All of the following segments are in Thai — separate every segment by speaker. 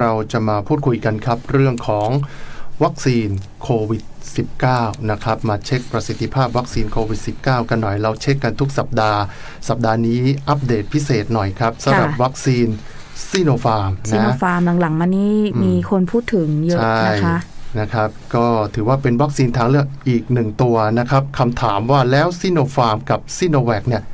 Speaker 1: เราจะมาพูดคุยกันครับ เรื่องของวัคซีนโควิด -19 นะครับ มาเช็คประสิทธิภาพวัคซีนโควิด -19 กันหน่อย เราเช็คกันทุกสัปดาห์ สัปดาห์นี้อัปเดตพิเศษหน่อยครับสำหรับวัคซีนซีโนฟาร์ม
Speaker 2: ซีโน
Speaker 1: นะ
Speaker 2: ฟาร์มหลังๆ มานี่
Speaker 1: อืม
Speaker 2: มีคนพูดถึงเยอะ
Speaker 1: ใช่
Speaker 2: นะคะ
Speaker 1: นะครับ ก็ถือว่าเป็นวัคซีนทางเลือกอีกหนึ่งตัวนะครับคำถามว่าแล้วซิโนฟาร์มกับซิโนแวคเนี่ย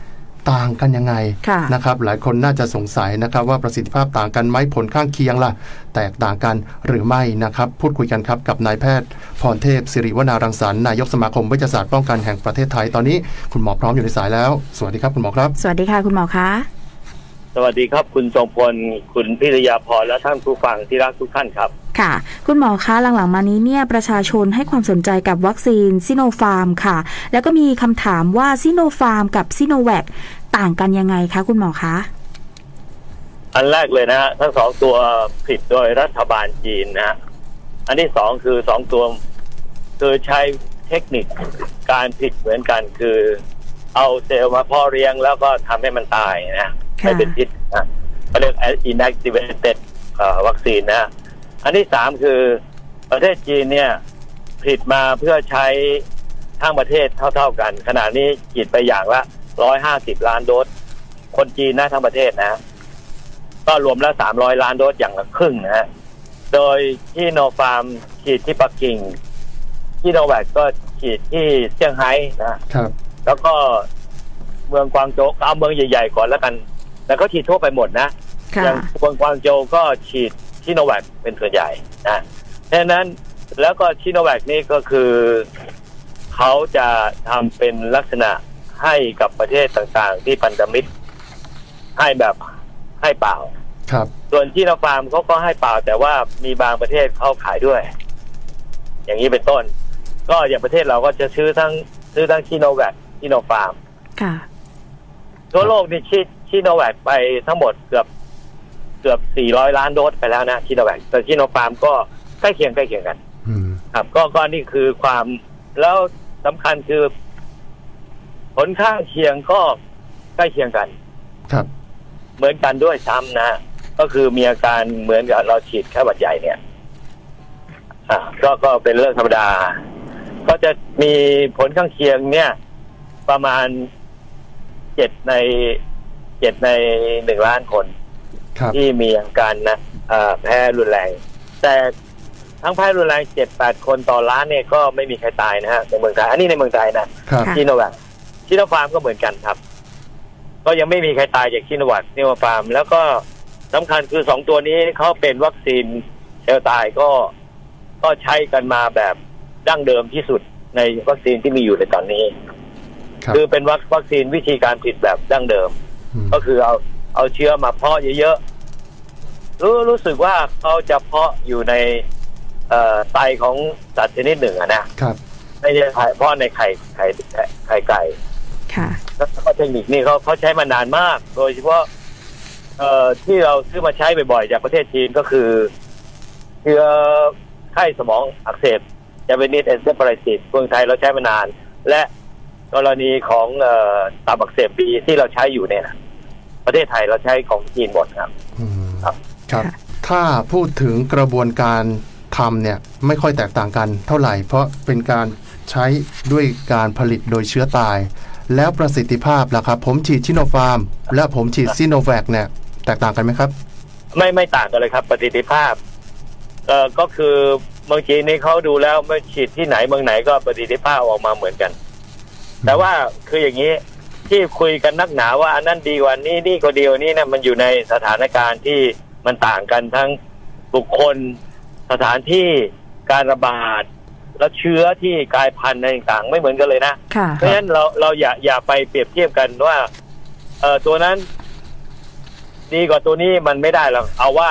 Speaker 1: ต่างกันยังไง
Speaker 2: ค่ะ
Speaker 1: นะครับ หลายคนน่าจะสงสัยนะครับ ว่าประสิทธิภาพต่างกันไหมผลข้างเคียงล่ะ แตกต่างกันหรือไม่นะครับ พูดคุยกันครับกับนายแพทย์พรเทพสิริวนารังสรรค์นายกสมาคมเวชศาสตร์ป้องกันแห่งประเทศไทยตอนนี้คุณหมอพร้อมอยู่ในสายแล้ว สวัสดีครับคุณหมอครับ
Speaker 2: สวัสดีค่ะคุณหมอคะ
Speaker 3: สวัสดีครับคุณทรงพล คุณพิรยาพรและท่านผู้ฟังที่รักทุกท่านครับ
Speaker 2: ค่ะ คุณหมอคะหลังๆ มานี้เนี่ยประชาชนให้ความสนใจกับวัคซีนซิโนฟาร์มค่ะ แล้วก็มีคำถามว่าซิโนฟาร์มกับซิโนแวคต่างกันยังไงคะคุณหมอคะ
Speaker 3: อันแรกเลยนะฮะทั้งสองตัวผลิดโดยรัฐบาลจีนนะฮะอันที่สองคือสองตัวคือใช้เทคนิคการผลิดเหมือนกันคือ เอาเซลล์มาเพ่อเลี้ยงแล้วก็ทำให้มันตายนะ
Speaker 2: ค่ะ
Speaker 3: ไม่เป็นพิษนะเขาเรียก inactivated เอ่อวัคซีนนะ อันที่สามคือประเทศจีนเนี่ยผลิตมาเพื่อใช้ทั้งประเทศเท่า ๆกัน ขณะนี้ฉีดไปอย่างละร้อยห้าสิบล้านโดส คนจีนนะทั้งประเทศนะ ก็รวมแล้วสามร้อยล้านโดสอย่างละครึ่งนะฮะ โดยที่โนฟาร์มฉีดที่ปักกิ่ง ที่โนแวคก็ฉีดที่เซี่ยงไฮ้นะ
Speaker 1: ครับ
Speaker 3: แล้วก็เมืองกวางโจวเอาเมืองใหญ่ ๆ ก่อนแล้วกัน แล้วก็ฉีดทั่วไปหมดนะ
Speaker 2: ค่ะ
Speaker 3: อย่างกวางกวางโจวก็ฉีดชิโนแวคเป็นส่วนใหญ่นะดังนั้นแล้วก็ชิโนแวคนี่ก็คือเขาจะทำเป็นลักษณะให้กับประเทศต่างๆ ที่พันธมิตร ให้แบบให้เปล่า
Speaker 1: ครับ
Speaker 3: ส่วนที่เราฟาร์มเขาก็ให้เปล่า แต่ว่ามีบางประเทศเขาขายด้วย อย่างนี้เป็นต้น ก็อย่างประเทศเราก็จะซื้อทั้งซื้อทั้งชิโนแวคชิโนฟาร์ม
Speaker 2: ค่ะ
Speaker 3: ทั่วโลกนี่ชิชิโนแวคไปทั้งหมดเกือบเกือบ 400 ล้านโดสไปแล้วนะชิโนแวคแต่ชิโนฟาร์มก็ใกล้เคียงใกล้เคียงกัน
Speaker 1: อืม
Speaker 3: ครับก็ก็นี่คือความแล้วสำคัญคือ ผลข้างเคียงก็ใกล้เคียงกัน
Speaker 1: ครับ
Speaker 3: เหมือนกันด้วยซ้ำนะ ก็คือมีอาการเหมือนกับเราฉีดแค่หวัดใหญ่เนี่ยอ่าก็ก็เป็นเรื่องธรรมดา ก็จะมีผลข้างเคียงเนี่ย ประมาณเจ็ดในเจ็ดในหนึ่งล้านคน
Speaker 1: ครับ
Speaker 3: ที่มีอาการนะเอ่อแพ้รุนแรง แต่ทั้งแพ้รุนแรงเจ็ดแปดคนต่อล้านเนี่ยก็ไม่มีใครตายนะฮะในเมืองไทยอันนี้ในเมืองไทยนะ
Speaker 1: ครับ
Speaker 2: ค่ะ
Speaker 3: ชิโนแวคชิโนฟาร์มก็เหมือนกันครับ ก็ยังไม่มีใครตายจากชิโนแวคชิโนฟาร์ม แล้วก็สำคัญคือสองตัวนี้เขาเป็นวัคซีนเซลล์ตายก็ก็ใช้กันมาแบบดั้งเดิมที่สุดในวัคซีนที่มีอยู่ในตอนนี้
Speaker 1: ครับ
Speaker 3: คือเป็นวัควัคซีนวิธีการผลิตแบบดั้งเดิม
Speaker 1: อืม
Speaker 3: ก็คือเอาเอาเชื้อมาเพาะเยอะๆรู้รู้สึกว่าเขาจะเพาะอยู่ในเอ่อไตของสัตว์ชนิดหนึ่งอะนะครับไม่ใช่ไข่เพาะในไข่ไข่ไข่ไข่ไก่
Speaker 2: ค่ะ
Speaker 3: แล้วก็เทคนิคนี่เขาเขาใช้มานานมาก โดยเฉพาะเอ่อที่เราซื้อมาใช้บ่อยๆ จากประเทศจีนก็คือเชื้อไข้สมองอักเสบจาเวนิสเอนเซฟาลิติสเมืองไทยเราใช้มานาน และกรณีของเอ่อตับอักเสบบีที่เราใช้อยู่เนี่ยนะประเทศไทยเราใช้ของจีนหมดครับ
Speaker 1: อืม
Speaker 3: ครับ
Speaker 1: ครับ
Speaker 2: ค่ะ
Speaker 1: ถ้าพูดถึงกระบวนการทำเนี่ยไม่ค่อยแตกต่างกันเท่าไหร่ เพราะเป็นการใช้ด้วยการผลิตโดยเชื้อตาย แล้วประสิทธิภาพล่ะครับ ผมฉีดชิโนฟาร์ม และผมฉีดซิโนแวคเนี่ยแตกต่างกันไหมครับ
Speaker 3: ไม่ไม่ต่างกันเลยครับ ประสิทธิภาพ เอ่อก็คือเมืองจีนนี่เขาดูแล้วไม่ฉีดที่ไหนเมืองไหนก็ประสิทธิภาพออกมาเหมือนกัน แต่ว่าคืออย่างนี้ที่คุยกันนักหนาว่าอันนั้นดีกว่านี้นี่ก็ดีกว่านี้นะมันอยู่ในสถานการณ์ที่มันต่างกันทั้งบุคคลสถานที่การระบาด และเชื้อที่กลายพันธุ์อะไรต่างๆ ไม่เหมือนกันเลยนะ
Speaker 2: ค่ะ
Speaker 3: เพราะฉะนั้นเราเราอย่าอย่าไปเปรียบเทียบกันว่าเออตัวนั้น ดีกว่าตัวนี้มันไม่ได้หรอกเอาว่า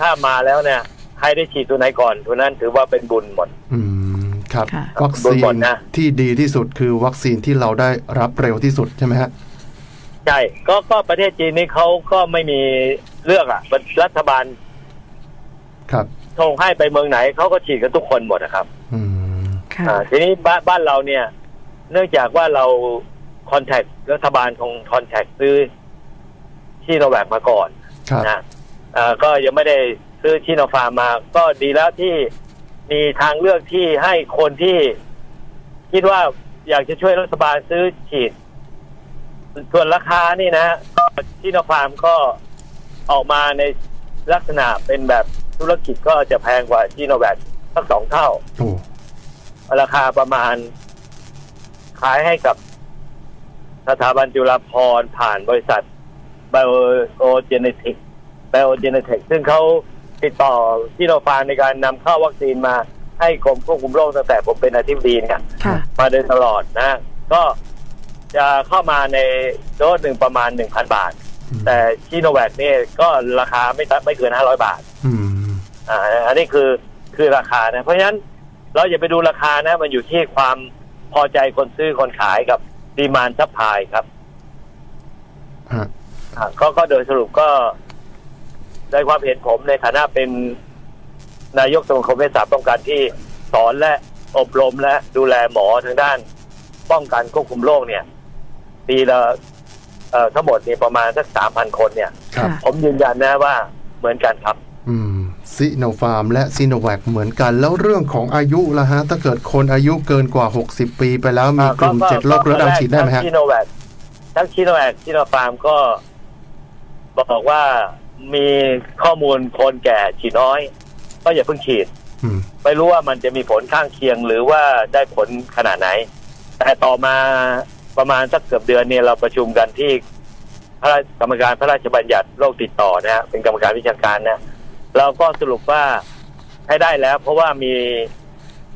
Speaker 3: ถ้ามาแล้วเนี่ยใครได้ฉีดตัวไหนก่อน ตัวนั้นถือว่าเป็นบุญหมด
Speaker 1: อืมครับ
Speaker 2: ค่ะ
Speaker 1: วัคซี
Speaker 3: ดูก่อน นนะ
Speaker 1: ที่ดีที่สุดคือวัคซีนที่เราได้รับเร็วที่สุดใช่ไหมฮะ
Speaker 3: ใช่ก็ก็ประเทศจีนนี่เขาก็ไม่มีเลือกอะ่ะรัฐบาล
Speaker 1: ครับ
Speaker 3: ทงให้ไปเมืองไหนเขาก็ฉีดกันทุกคนหมดนะครับ
Speaker 1: อืม
Speaker 2: ค่ะ
Speaker 3: อ่าทีนี้บ้านบ้านเราเนี่ย เนื่องจากว่าเราคอนแทครัฐบาลของคอนแทคซื้อที่เราแบกมาก่อน
Speaker 1: ครับ
Speaker 3: นะเอ่อก็ยังไม่ได้ ซื้อชิโนฟาร์มมา ก็ดีแล้วที่มีทางเลือกที่ให้คนที่ คิดว่าอยากจะช่วยรัฐบาลซื้อฉีด ส่วนราคานี่นะชิโนฟาร์มก็ออกมาในลักษณะเป็นแบบธุรกิจก็จะแพงกว่าชิโนแวคสักสองเท่า
Speaker 1: โอ้
Speaker 3: ราคาประมาณ ขายให้กับสถาบันจุฬาภรณ์ผ่านบริษัทไบโอเจเนติกไบโอเจเนติกซึ่งเขาติดต่อที่โนฟาร์มในการนำเข้าวัคซีนมาให้กรมควบคุมโรคตั้งแต่ผมเป็นอาธิบดีเนี่ย
Speaker 2: ค่ะ
Speaker 3: มาโดยตลอดนะ ก็จะเข้ามาในโดสหนึ่งประมาณหนึ่งพันบาท
Speaker 1: อืม
Speaker 3: แต่ชิโนแวคเนี่ยก็ราคาไม่ต่ำไม่เกินห้าร้อยบาท
Speaker 1: อืม
Speaker 3: อ่าอันนี้คือคือราคานะ เพราะฉะนั้นเราอย่าไปดูราคานะ มันอยู่ที่ความพอใจคนซื้อคนขายกับดีมานซัพพลายครับ
Speaker 1: ฮะ
Speaker 3: อ่าก็ก็โดยสรุปก็ในความเห็นผมในฐานะเป็นนายกสมาคมเวชศาสตร์ป้องกันที่สอนและอบรมและดูแลหมอทางด้าน ป้องกันควบคุมโรคเนี่ย ปีละเอ่อทั้งหมดเนี่ยประมาณสักสามพันคนเนี่ย
Speaker 1: ครับ
Speaker 2: ค่ะ
Speaker 3: ผมยืนยันนะว่าเหมือนกันครับ
Speaker 1: อืมซิโนฟาร์มและซิโนแวคเหมือนกันแล้วเรื่องของอายุล่ะฮะ ถ้าเกิดคนอายุเกินกว่า 60 ปีไปแล้วมีกลุ่มเจ็ดโรคเรื้อรังฉีดได้ไหมฮะ
Speaker 3: ทั้งชิโนแวคทั้งชิโนแวคชิโนฟาร์มก็บอกว่ามีข้อมูลคนแก่ฉีดน้อย ก็อย่าเพิ่งฉีด
Speaker 1: อืม
Speaker 3: ไม่รู้ว่ามันจะมีผลข้างเคียงหรือว่าได้ผลขนาดไหน แต่ต่อมาประมาณสักเกือบเดือนเนี่ยเราประชุมกันที่พระราชกรรมการพระราชบัญญัติโรคติดต่อนะฮะเป็นกรรมการวิชาการนะ เราก็สรุปว่าใช้ได้แล้ว เพราะว่ามี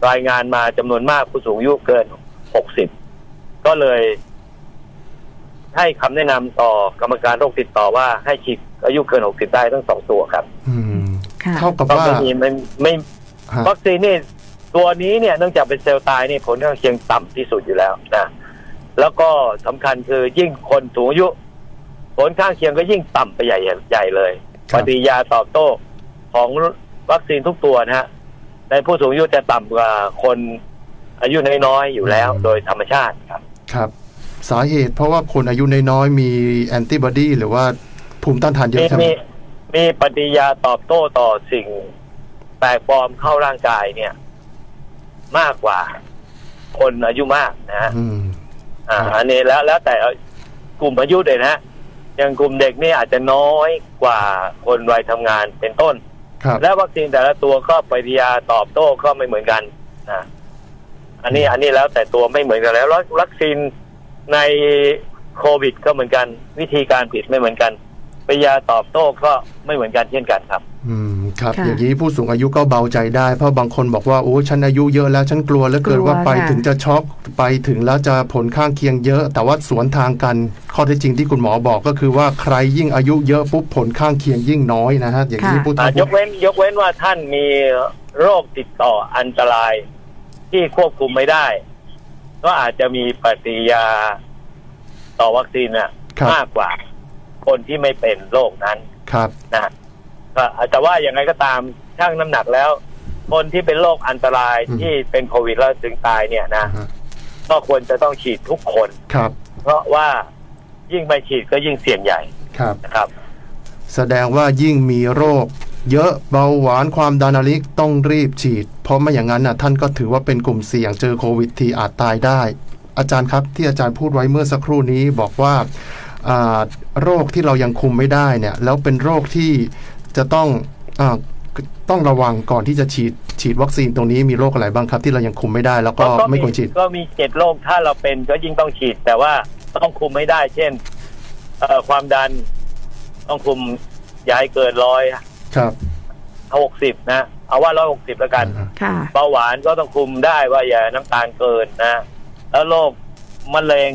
Speaker 3: รายงานมาจำนวนมากผู้สูงอายุเกิน 60 ก็เลย ให้คำแนะนำต่อกรรมการโรคติดต่อว่าให้ฉีดอายุเกิน 60 ได้ทั้งสองตัวครับ
Speaker 1: อืม
Speaker 2: ค่ะ
Speaker 1: เท่ากับ
Speaker 3: ก็
Speaker 1: ว่า
Speaker 3: ไม่มีไม่ไม่
Speaker 1: ฮะ
Speaker 3: วัคซีนนี่ตัวนี้เนี่ยเนื่องจากเป็นเซลล์ตายนี่ผลข้างเคียงต่ำที่สุดอยู่แล้วนะแล้วก็สำคัญคือยิ่งคนสูงอายุ ผลข้างเคียงก็ยิ่งต่ำไปใหญ่ใหญ่เลย
Speaker 1: ค
Speaker 3: ป
Speaker 1: รับ
Speaker 3: ฏิกิริยาตอบโต้ของวัคซีนทุกตัวนะฮะในผู้สูงอายุจะต่ำกว่าคนอายุน้อยๆอยู่แล้ว โดยธรรมชาติครับ
Speaker 1: ครับ สาเหตุเพราะว่าคนอายุน้อยๆมีแอนติบอดีหรือว่าภูมิต้านทานเย
Speaker 3: มี
Speaker 1: อะใช่ไหม
Speaker 3: มีมีปฏิกิริยาตอบโต้ต่อสิ่งแปลกปลอมเข้าร่างกายเนี่ย มากกว่า คนอายุมากนะฮะ
Speaker 1: อืม
Speaker 3: อ่า
Speaker 1: ครับ
Speaker 3: อันนี้แล้วแล้วแต่กลุ่มอายุเลยนะอย่างกลุ่มเด็กนี่อาจจะน้อยกว่าคนวัยทำงานเป็นต้น
Speaker 1: ครับ
Speaker 3: และวัคซีนแต่ละตัวก็ปฏิกิริยาตอบโต้ก็ไม่เหมือนกันนะอันนี้อันนี้แล้วแต่ตัวไม่เหมือนกันแล้วแล้ววัคซีนในโควิด ก็เหมือนกัน วิธีการผลิดไม่เหมือนกันปฏิกิริยาตอบโต้ก็ไม่เหมือนกันเช่นกันครับ
Speaker 1: อืมครับ
Speaker 2: ค่ะ
Speaker 1: อย่างนี้ผู้สูงอายุก็เบาใจได้ เพราะบางคนบอกว่าโอ้ฉันอายุเยอะแล้วฉันกลัวแล้วเกิน
Speaker 2: กลัว
Speaker 1: ว่าไป
Speaker 2: ค่ะ
Speaker 1: ถึงจะช็อกไปถึงแล้วจะผลข้างเคียงเยอะ แต่ว่าสวนทางกันข้อเท็จจริงที่คุณหมอบอกก็คือว่าใครยิ่งอายุเยอะปุ๊บผลข้างเคียงยิ่งน้อยนะฮะอย่างนี้
Speaker 2: ค่ะ
Speaker 1: ผู้
Speaker 3: อ่า
Speaker 1: ทำ
Speaker 3: ยกเว้นยกเว้นว่าท่านมีโรคติดต่ออันตรายที่ควบคุมไม่ได้ ก็อาจจะมีปฏิกิริยาต่อวัคซีนน่ะ
Speaker 1: ครับ
Speaker 3: มากกว่า คนที่ไม่เป็นโรคนั้น
Speaker 1: ครับ
Speaker 3: นะก็แต่ว่าอย่างไรก็ตามชั่งน้ำหนักแล้ว คนที่เป็นโรคอันตรายที่เป็นโควิดแล้วถึงตายเนี่ยนะ
Speaker 1: ฮะ
Speaker 3: ก็ควรจะต้องฉีดทุกคน
Speaker 1: ครับ
Speaker 3: เพราะว่ายิ่งไม่ฉีดก็ยิ่งเสี่ยงใหญ่
Speaker 1: ครับ
Speaker 3: นะครับ
Speaker 1: แสดงว่ายิ่งมีโรค เยอะเบาหวานความดันอะไรต้องรีบฉีด เพราะไม่อย่างนั้นน่ะท่านก็ถือว่าเป็นกลุ่มเสี่ยงเจอโควิดทีอาจตายได้ อาจารย์ครับที่อาจารย์พูดไว้เมื่อสักครู่นี้บอกว่าอ่าโรคที่เรายังคุมไม่ได้เนี่ยแล้วเป็นโรคที่จะต้องอาต้องระวังก่อนที่จะฉีดฉีดวัคซีนตรงนี้มีโรคอะไรบ้างครับ ที่เรายังคุมไม่ได้แล้วก็ไม่ควรฉีด
Speaker 3: ก็มีเจ็ดโรคถ้าเราเป็นก็ยิ่งต้องฉีด แต่ว่าต้องคุมไม่ได้ เช่นเอ่อความดันต้องคุมอย่าให้เกินร้อย
Speaker 1: ครับ
Speaker 3: หกสิบนะเอาว่าร้อยหกสิบแล้วกัน
Speaker 2: ค่ะ
Speaker 3: เบาหวานก็ต้องคุมได้ว่าอย่าน้ำตาลเกินนะ แล้วโรคมะเร็ง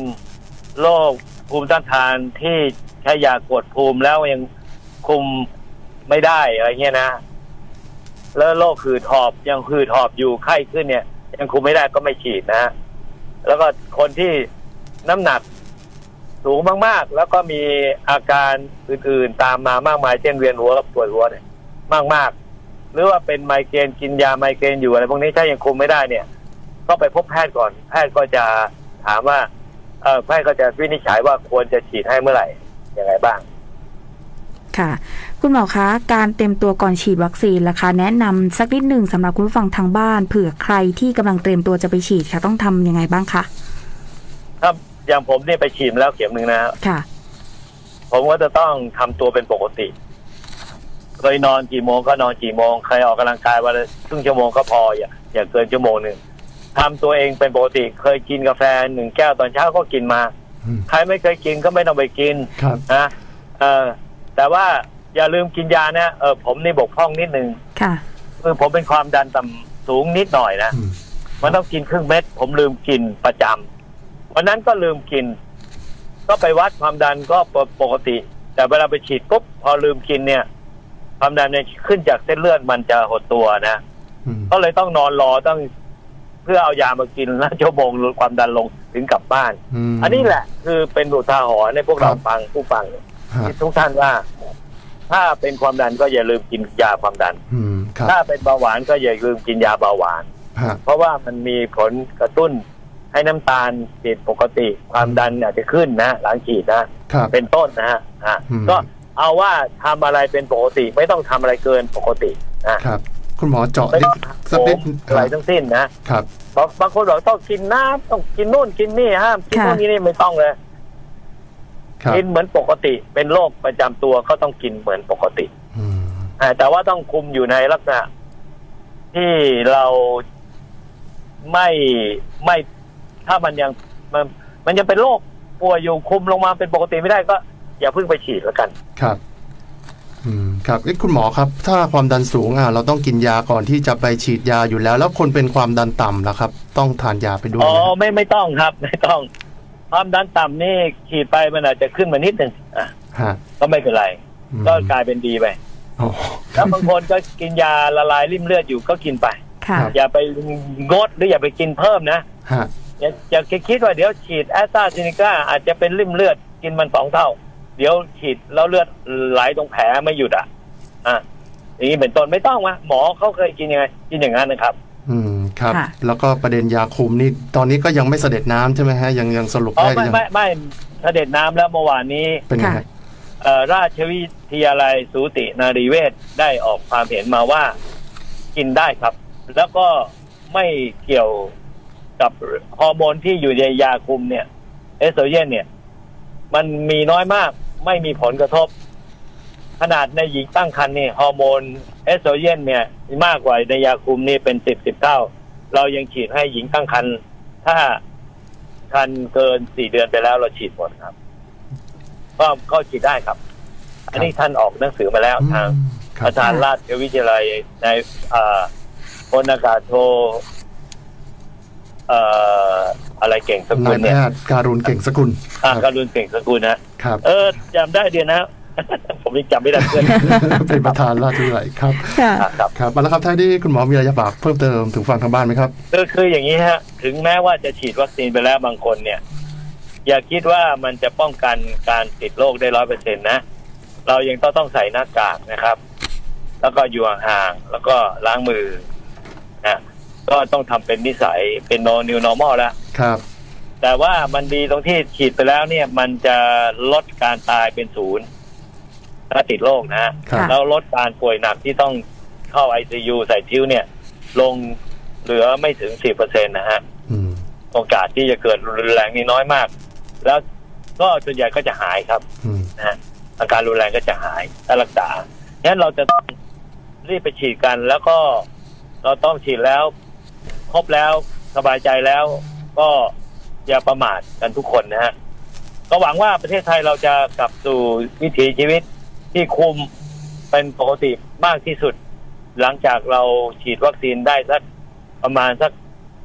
Speaker 3: โรคภูมิต้านทานที่ใช้ยากดภูมิแล้วยังคุมไม่ได้อะไรเงี้ยนะ แล้วโรคหืดหอบยังหืดหอบอยู่ไข้ขึ้นเนี่ย ยังคุมไม่ได้ก็ไม่ฉีดนะฮะแล้วก็คนที่น้ำหนักสูงมากๆ แล้วก็มีอาการอื่นๆตามมามากมายเช่นเวียนหัวกับปวดหัวเนี่ย มากๆ หรือว่าเป็นไมเกรนกินยาไมเกรนอยู่อะไรพวกนี้ถ้ายังคุมไม่ได้เนี่ย ก็ไปพบแพทย์ก่อน แพทย์ก็จะถามว่าเออแพทย์ก็จะวินิจฉัยว่าควรจะฉีดให้เมื่อไหร่ยังไงบ้าง
Speaker 2: ค่ะ คุณหมอคะ การเตรียมตัวก่อนฉีดวัคซีนล่ะคะ แนะนำสักนิดหนึ่งสำหรับคุณผู้ฟังทางบ้าน เผื่อใครที่กำลังเตรียมตัวจะไปฉีดค่ะ ต้องทำยังไงบ้างคะ
Speaker 3: ถ้าอย่างผมเนี่ยไปฉีดมาแล้วเข็มหนึ่งนะฮะ
Speaker 2: ค่ะ
Speaker 3: ผมก็จะต้องทำตัวเป็นปกติเคยนอนกี่โมงก็นอนกี่โมง ใครออกกำลังกายวันละครึ่งชั่วโมงก็พออย่าอย่าเกินชั่วโมงหนึ่งทำตัวเองเป็นปกติ เคยกินกาแฟหนึ่งแก้วตอนเช้าก็กินมา
Speaker 1: อืม
Speaker 3: ใครไม่เคยกินก็ไม่ต้องไปกิน
Speaker 1: ครับ
Speaker 3: นะเออแต่ว่าอย่าลืมกินยานะเออผมนี่บกพร่องนิดนึง
Speaker 2: ค่ะ
Speaker 3: คือผมเป็นความดันต่ำสูงนิดหน่อยนะ
Speaker 1: อืม
Speaker 3: มันต้องกินครึ่งเม็ด ผมลืมกินประจำวันนั้นก็ลืมกิน ก็ไปวัดความดันก็ปกติ แต่เวลาไปฉีดปุ๊บพอลืมกินเนี่ย ความดันเนี่ยขึ้นจากเส้นเลือดมันจะหดตัวนะ
Speaker 1: อืม
Speaker 3: ก็เลยต้องนอนรอต้อง เพื่อเอายามากินแล้วชั่วโมงลดความดันลงถึงกลับบ้าน
Speaker 1: ม
Speaker 3: อันนี้แหละคือเป็นอุทาหรณ์ในพวกเรา
Speaker 1: ครับ
Speaker 3: ฟังผู้ฟัง
Speaker 1: ฮะ
Speaker 3: คิดทุกท่านว่า ถ้าเป็นความดันก็อย่าลืมกินยาความดัน
Speaker 1: อืมครับ
Speaker 3: ถ้าเป็นเบาหวานก็อย่าลืมกินยาเบาหวาน
Speaker 1: ฮะ
Speaker 3: เพราะว่ามันมีผลกระตุ้นให้น้ำตาลผิดปกติ ความดันอาจจะขึ้นนะหลังฉีดนะครับ เป็นต้นนะฮะอ่ะ
Speaker 1: อืม
Speaker 3: ก็เอาว่าทำอะไรเป็นปกติ ไม่ต้องทำอะไรเกินปกตินะครับ
Speaker 1: คุณหมอเจาะ
Speaker 3: ไม่
Speaker 1: ลึ
Speaker 3: ต้
Speaker 1: ก
Speaker 3: อง
Speaker 1: สัก
Speaker 3: โห
Speaker 1: นิด
Speaker 3: มอะไรทั้งสิ้นนะครับ บางบางคนบอกต้องกินน้ำต้องกินนู่นกินนี่ห้ามกิน
Speaker 2: ค่ะ
Speaker 3: นู่นกินนี่ไม่ต้องเลย
Speaker 1: ครับ
Speaker 3: กินเหมือนปกติ เป็นโรคประจำตัวก็ต้องกินเหมือนปกติ
Speaker 1: อืม
Speaker 3: อ่าแต่ว่าต้องคุมอยู่ในลักษณะที่เราไม่ไม่ถ้ามันยังมันมันยังเป็นโรคป่วยอยู่คุมลงมาเป็นปกติไม่ได้ก็ อย่าเพิ่งไปฉีดแล้วกัน
Speaker 1: ครับอืมครับเอ๊ะคุณหมอครับ ถ้าความดันสูงอ่ะเราต้องกินยาก่อนที่จะไปฉีดยาอยู่แล้ว แล้วคนเป็นความดันต่ำล่ะครับ ต้องทานยาไปด้วย
Speaker 3: อ๋อ
Speaker 1: ไหมครับ
Speaker 3: ไม่ไม่ต้องครับ ไม่ต้อง ความดันต่ำนี่ฉีดไปมันอาจจะขึ้นมานิดหนึ่งอ่ะ
Speaker 1: ฮะ
Speaker 3: ก็ไม่เป็นไร
Speaker 1: อืม
Speaker 3: ก็กลายเป็นดีไป
Speaker 1: โอ้
Speaker 3: แล้วบางคนก็กินยาละลายริ่มเลือดอยู่ก็กินไป
Speaker 2: ค่ะ
Speaker 1: ครับ
Speaker 3: อย่าไปงดหรืออย่าไปกินเพิ่มนะ
Speaker 1: ฮะ
Speaker 3: อย่าอย่าคิดว่าเดี๋ยวฉีดแอสตราเซเนกาอาจจะเป็นริ่มเลือดกินมันสองเท่า เดี๋ยวฉีดแล้วเลือดไหลตรงแผลไม่หยุดอ่ะ อ่ะอย่างนี้เป็นต้นไม่ต้องวะหมอเขาเคยกินยังไงกินอย่างนั้นนะครับ
Speaker 1: อืมครับ
Speaker 2: ค่ะ
Speaker 1: แล้วก็ประเด็นยาคุมนี่ตอนนี้ก็ยังไม่เสด็จน้ำใช่ไหมฮะยังยังสรุป
Speaker 3: อ๋อ
Speaker 1: ได้
Speaker 3: ไม่
Speaker 1: ยัง
Speaker 3: ไม่ไม่เสด็จน้ำแล้วเมื่อวานนี้
Speaker 1: เป็นยังไง
Speaker 3: เอ่อราชวิทยาลัยสูตินารีเวชได้ออกความเห็นมาว่ากินได้ครับ แล้วก็ไม่เกี่ยวกับฮอร์โมนที่อยู่ในยาคุมเนี่ยเอสโตรเจนเนี่ย มันมีน้อยมากไม่มีผลกระทบ ขนาดในหญิงตั้งครรภ์เนี่ยฮอร์โมนเอสโตรเจนเนี่ย มากกว่าในยาคุมนี่เป็นสิบสิบเท่า เรายังฉีดให้หญิงตั้งครรภ์ถ้าครรภ์เกินสี่เดือนไปแล้วเราฉีดหมดครับ ก็ก็ฉีดได้ครับ อันนี้ท่านออกหนังสือมาแล้วทาง
Speaker 1: อืมครับ
Speaker 3: อาจารย์ราชวิทยาลัยในเอ่อพลอากาศโทเอ่ออะไรเก่งสกุ
Speaker 1: นา
Speaker 3: ล
Speaker 1: ยแพ
Speaker 3: เนี่ย
Speaker 1: ทย์การุณเก่งสกุล
Speaker 3: อ่าการุณเก่งสกุลนะครับ เออจำได้เดียวนะ ผมยังจำไม่ได้เพื่อน
Speaker 1: เป็นประธานราชวิทยาลัยครับ
Speaker 2: ค่ะ
Speaker 3: อ่ะครับ
Speaker 1: ครับมาแล้วครับท่านที่คุณหมอมีอะไรจะฝากเพิ่มเติมถึงฟังทางบ้านไหมครับ
Speaker 3: คือคืออย่างนี้ฮะ ถึงแม้ว่าจะฉีดวัคซีนไปแล้วบางคนเนี่ย อย่าคิดว่ามันจะป้องกันการติดโรคได้ร้อยเปอร์เซ็นนะ เรายังต้องต้องใส่หน้ากากนะครับ แล้วก็อยู่ห่างๆแล้วก็ล้างมือนะก็ต้องทำเป็นนิสัยเป็น no new normal แล้ว
Speaker 1: ครับ
Speaker 3: แต่ว่ามันดีตรงที่ฉีดไปแล้วเนี่ย มันจะลดการตายเป็นศูนย์ถ้าติดโรคนะฮะ
Speaker 1: ครับ
Speaker 3: แล้วลดการป่วยหนักที่ต้องเข้าไอซียูใส่ทิ้วเนี่ย ลงเหลือไม่ถึงสิบเปอร์เซ็นนะฮะ
Speaker 1: อืม
Speaker 3: โอกาสที่จะเกิดรุนแรงนี่น้อยมาก แล้วก็ส่วนใหญ่ก็จะหายครับ
Speaker 1: อืม
Speaker 3: อาการรุนแรงก็จะหายถ้ารักษาฉะนั้นเราจะต้องรีบไปฉีดกัน แล้วก็เราต้องฉีดแล้ว ครบแล้วสบายใจแล้ว ก็อย่าประมาทกันทุกคนนะฮะ ก็หวังว่าประเทศไทยเราจะกลับสู่วิถีชีวิตที่คุมเป็นปกติมากที่สุด หลังจากเราฉีดวัคซีนได้สักประมาณสัก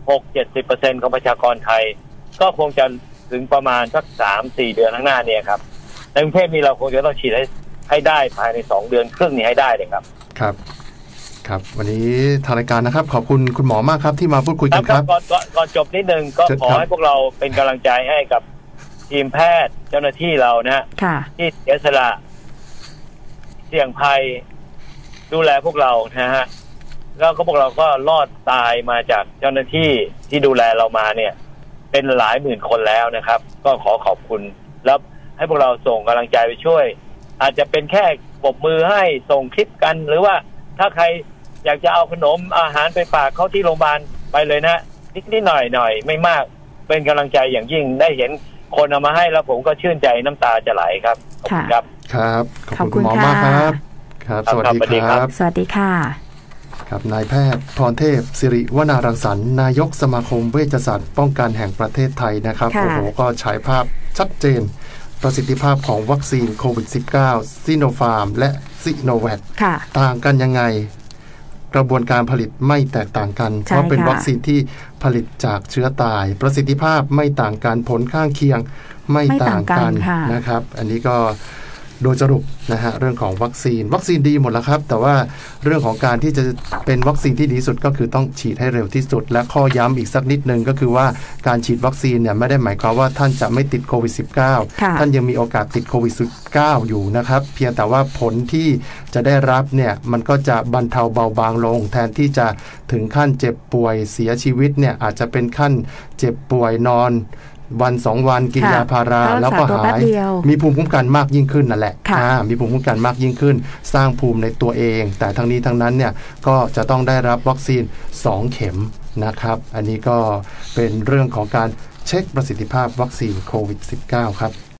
Speaker 3: หกเจ็ดสิบเปอร์เซ็นของประชากรไทย ก็คงจะถึงประมาณสักสามสี่เดือนข้างหน้าเนี่ยครับ ในกรุงเทพนี่เราคงจะต้องฉีดให้ให้ได้ภายในสองเดือนครึ่งนี้ให้ได้เลยครับ
Speaker 1: ครับ ครับ วันนี้ทางรายการนะครับ ขอบคุณคุณหมอมากครับที่มาพูดคุยกันครับ
Speaker 3: ก่อนก่อนก่อนจบนิดนึงก็
Speaker 1: เชิญ
Speaker 3: ขอ
Speaker 1: ครับ
Speaker 3: ให้พวกเราเป็นกำลังใจให้กับทีมแพทย์เจ้าหน้าที่เรานะฮะ
Speaker 2: ค่ะ
Speaker 3: ที่เสียสละเสี่ยงภัยดูแลพวกเรานะฮะแล้วก็พวกเราก็รอดตายมาจากเจ้าหน้าที่ที่ดูแลเรามาเนี่ย เป็นหลายหมื่นคนแล้วนะครับ ก็ขอขอบคุณแล้วให้พวกเราส่งกำลังใจไปช่วย อาจจะเป็นแค่ ปรบมือให้ส่งคลิปกัน หรือว่าถ้าใครอยากจะเอาขนมอาหารไปฝากเขาที่โรงพยาบาลไปเลยนะนิดนิดหน่อยหน่อยไม่มากเป็นกำลังใจอย่างยิ่งได้เห็นคนเอามาให้แล้วผมก็ชื่นใจน้ำตาจะไหลครับขอบณครับ
Speaker 1: ครับ ขอบคุณคุณหมอ
Speaker 2: ขอบคุณ
Speaker 1: มากครับ ครั
Speaker 2: ค่ะ
Speaker 1: บ สวัส
Speaker 3: ครับ
Speaker 1: ดี
Speaker 3: สวัสดี
Speaker 1: ค
Speaker 3: ครั
Speaker 1: รับ
Speaker 3: บ
Speaker 2: สวัสดีค่ะ
Speaker 1: ครับนายแพทย์พรเทพสิริวนารังสรรค์นายกสมาคมเวชศาสตร์ป้องกันแห่งประเทศไทยนะครับ
Speaker 2: ค่ะ
Speaker 1: โอ้โหก็ฉายภาพชัดเจน ประสิทธิภาพของวัคซีนโควิด -19 ซิโนฟาร์ม และซิโนแวค
Speaker 2: ค่ะ
Speaker 1: ต่างกันยังไง กระบวนการผลิตไม่แตกต่างกัน
Speaker 2: ใช่
Speaker 1: เพราะเป็น
Speaker 2: ค่ะ
Speaker 1: วัคซีนที่ผลิตจากเชื้อตาย ประสิทธิภาพไม่ต่างกันผลข้างเคียงไม่
Speaker 2: ไม่
Speaker 1: ต่า
Speaker 2: ต่าง งกัน
Speaker 1: กัน
Speaker 2: ค่ะ
Speaker 1: นะครับ อันนี้ก็ โดยสรุปนะฮะเรื่องของวัคซีนวัคซีนดีหมดแล้วครับ แต่ว่าเรื่องของการที่จะเป็นวัคซีนที่ดีที่สุดก็คือต้องฉีดให้เร็วที่สุด และข้อย้ำอีกสักนิดนึงก็คือว่าการฉีดวัคซีนเนี่ยไม่ได้หมายความว่าท่านจะไม่ติดโควิด
Speaker 2: ค่ะ
Speaker 1: -19 ท่านยังมีโอกาสติดโควิด -19 อยู่นะครับ เพียงแต่ว่าผลที่จะได้รับเนี่ยมันก็จะบรรเทาเบาบางลง แทนที่จะถึงขั้นเจ็บป่วยเสียชีวิตเนี่ยอาจจะเป็นขั้นเจ็บป่วยนอน วันสองวันกิน
Speaker 2: ค่ะ
Speaker 1: ยาพารา
Speaker 2: ก็รั
Speaker 1: แล้ว
Speaker 2: กษา
Speaker 1: ก็
Speaker 2: ตัว
Speaker 1: หา
Speaker 2: แป๊บ
Speaker 1: ย
Speaker 2: เดียว
Speaker 1: มีภูมิคุ้มกันมากยิ่งขึ้นนั่นแหละ
Speaker 2: ค่ะ
Speaker 1: อ่ามีภูมิคุ้มกันมากยิ่งขึ้น สร้างภูมิในตัวเอง แต่ทั้งนี้ทั้งนั้นเนี่ยก็จะต้องได้รับวัคซีน 2 เข็มนะครับ อันนี้ก็เป็นเรื่องของการเช็คประสิทธิภาพวัคซีนโควิด -19 ครับ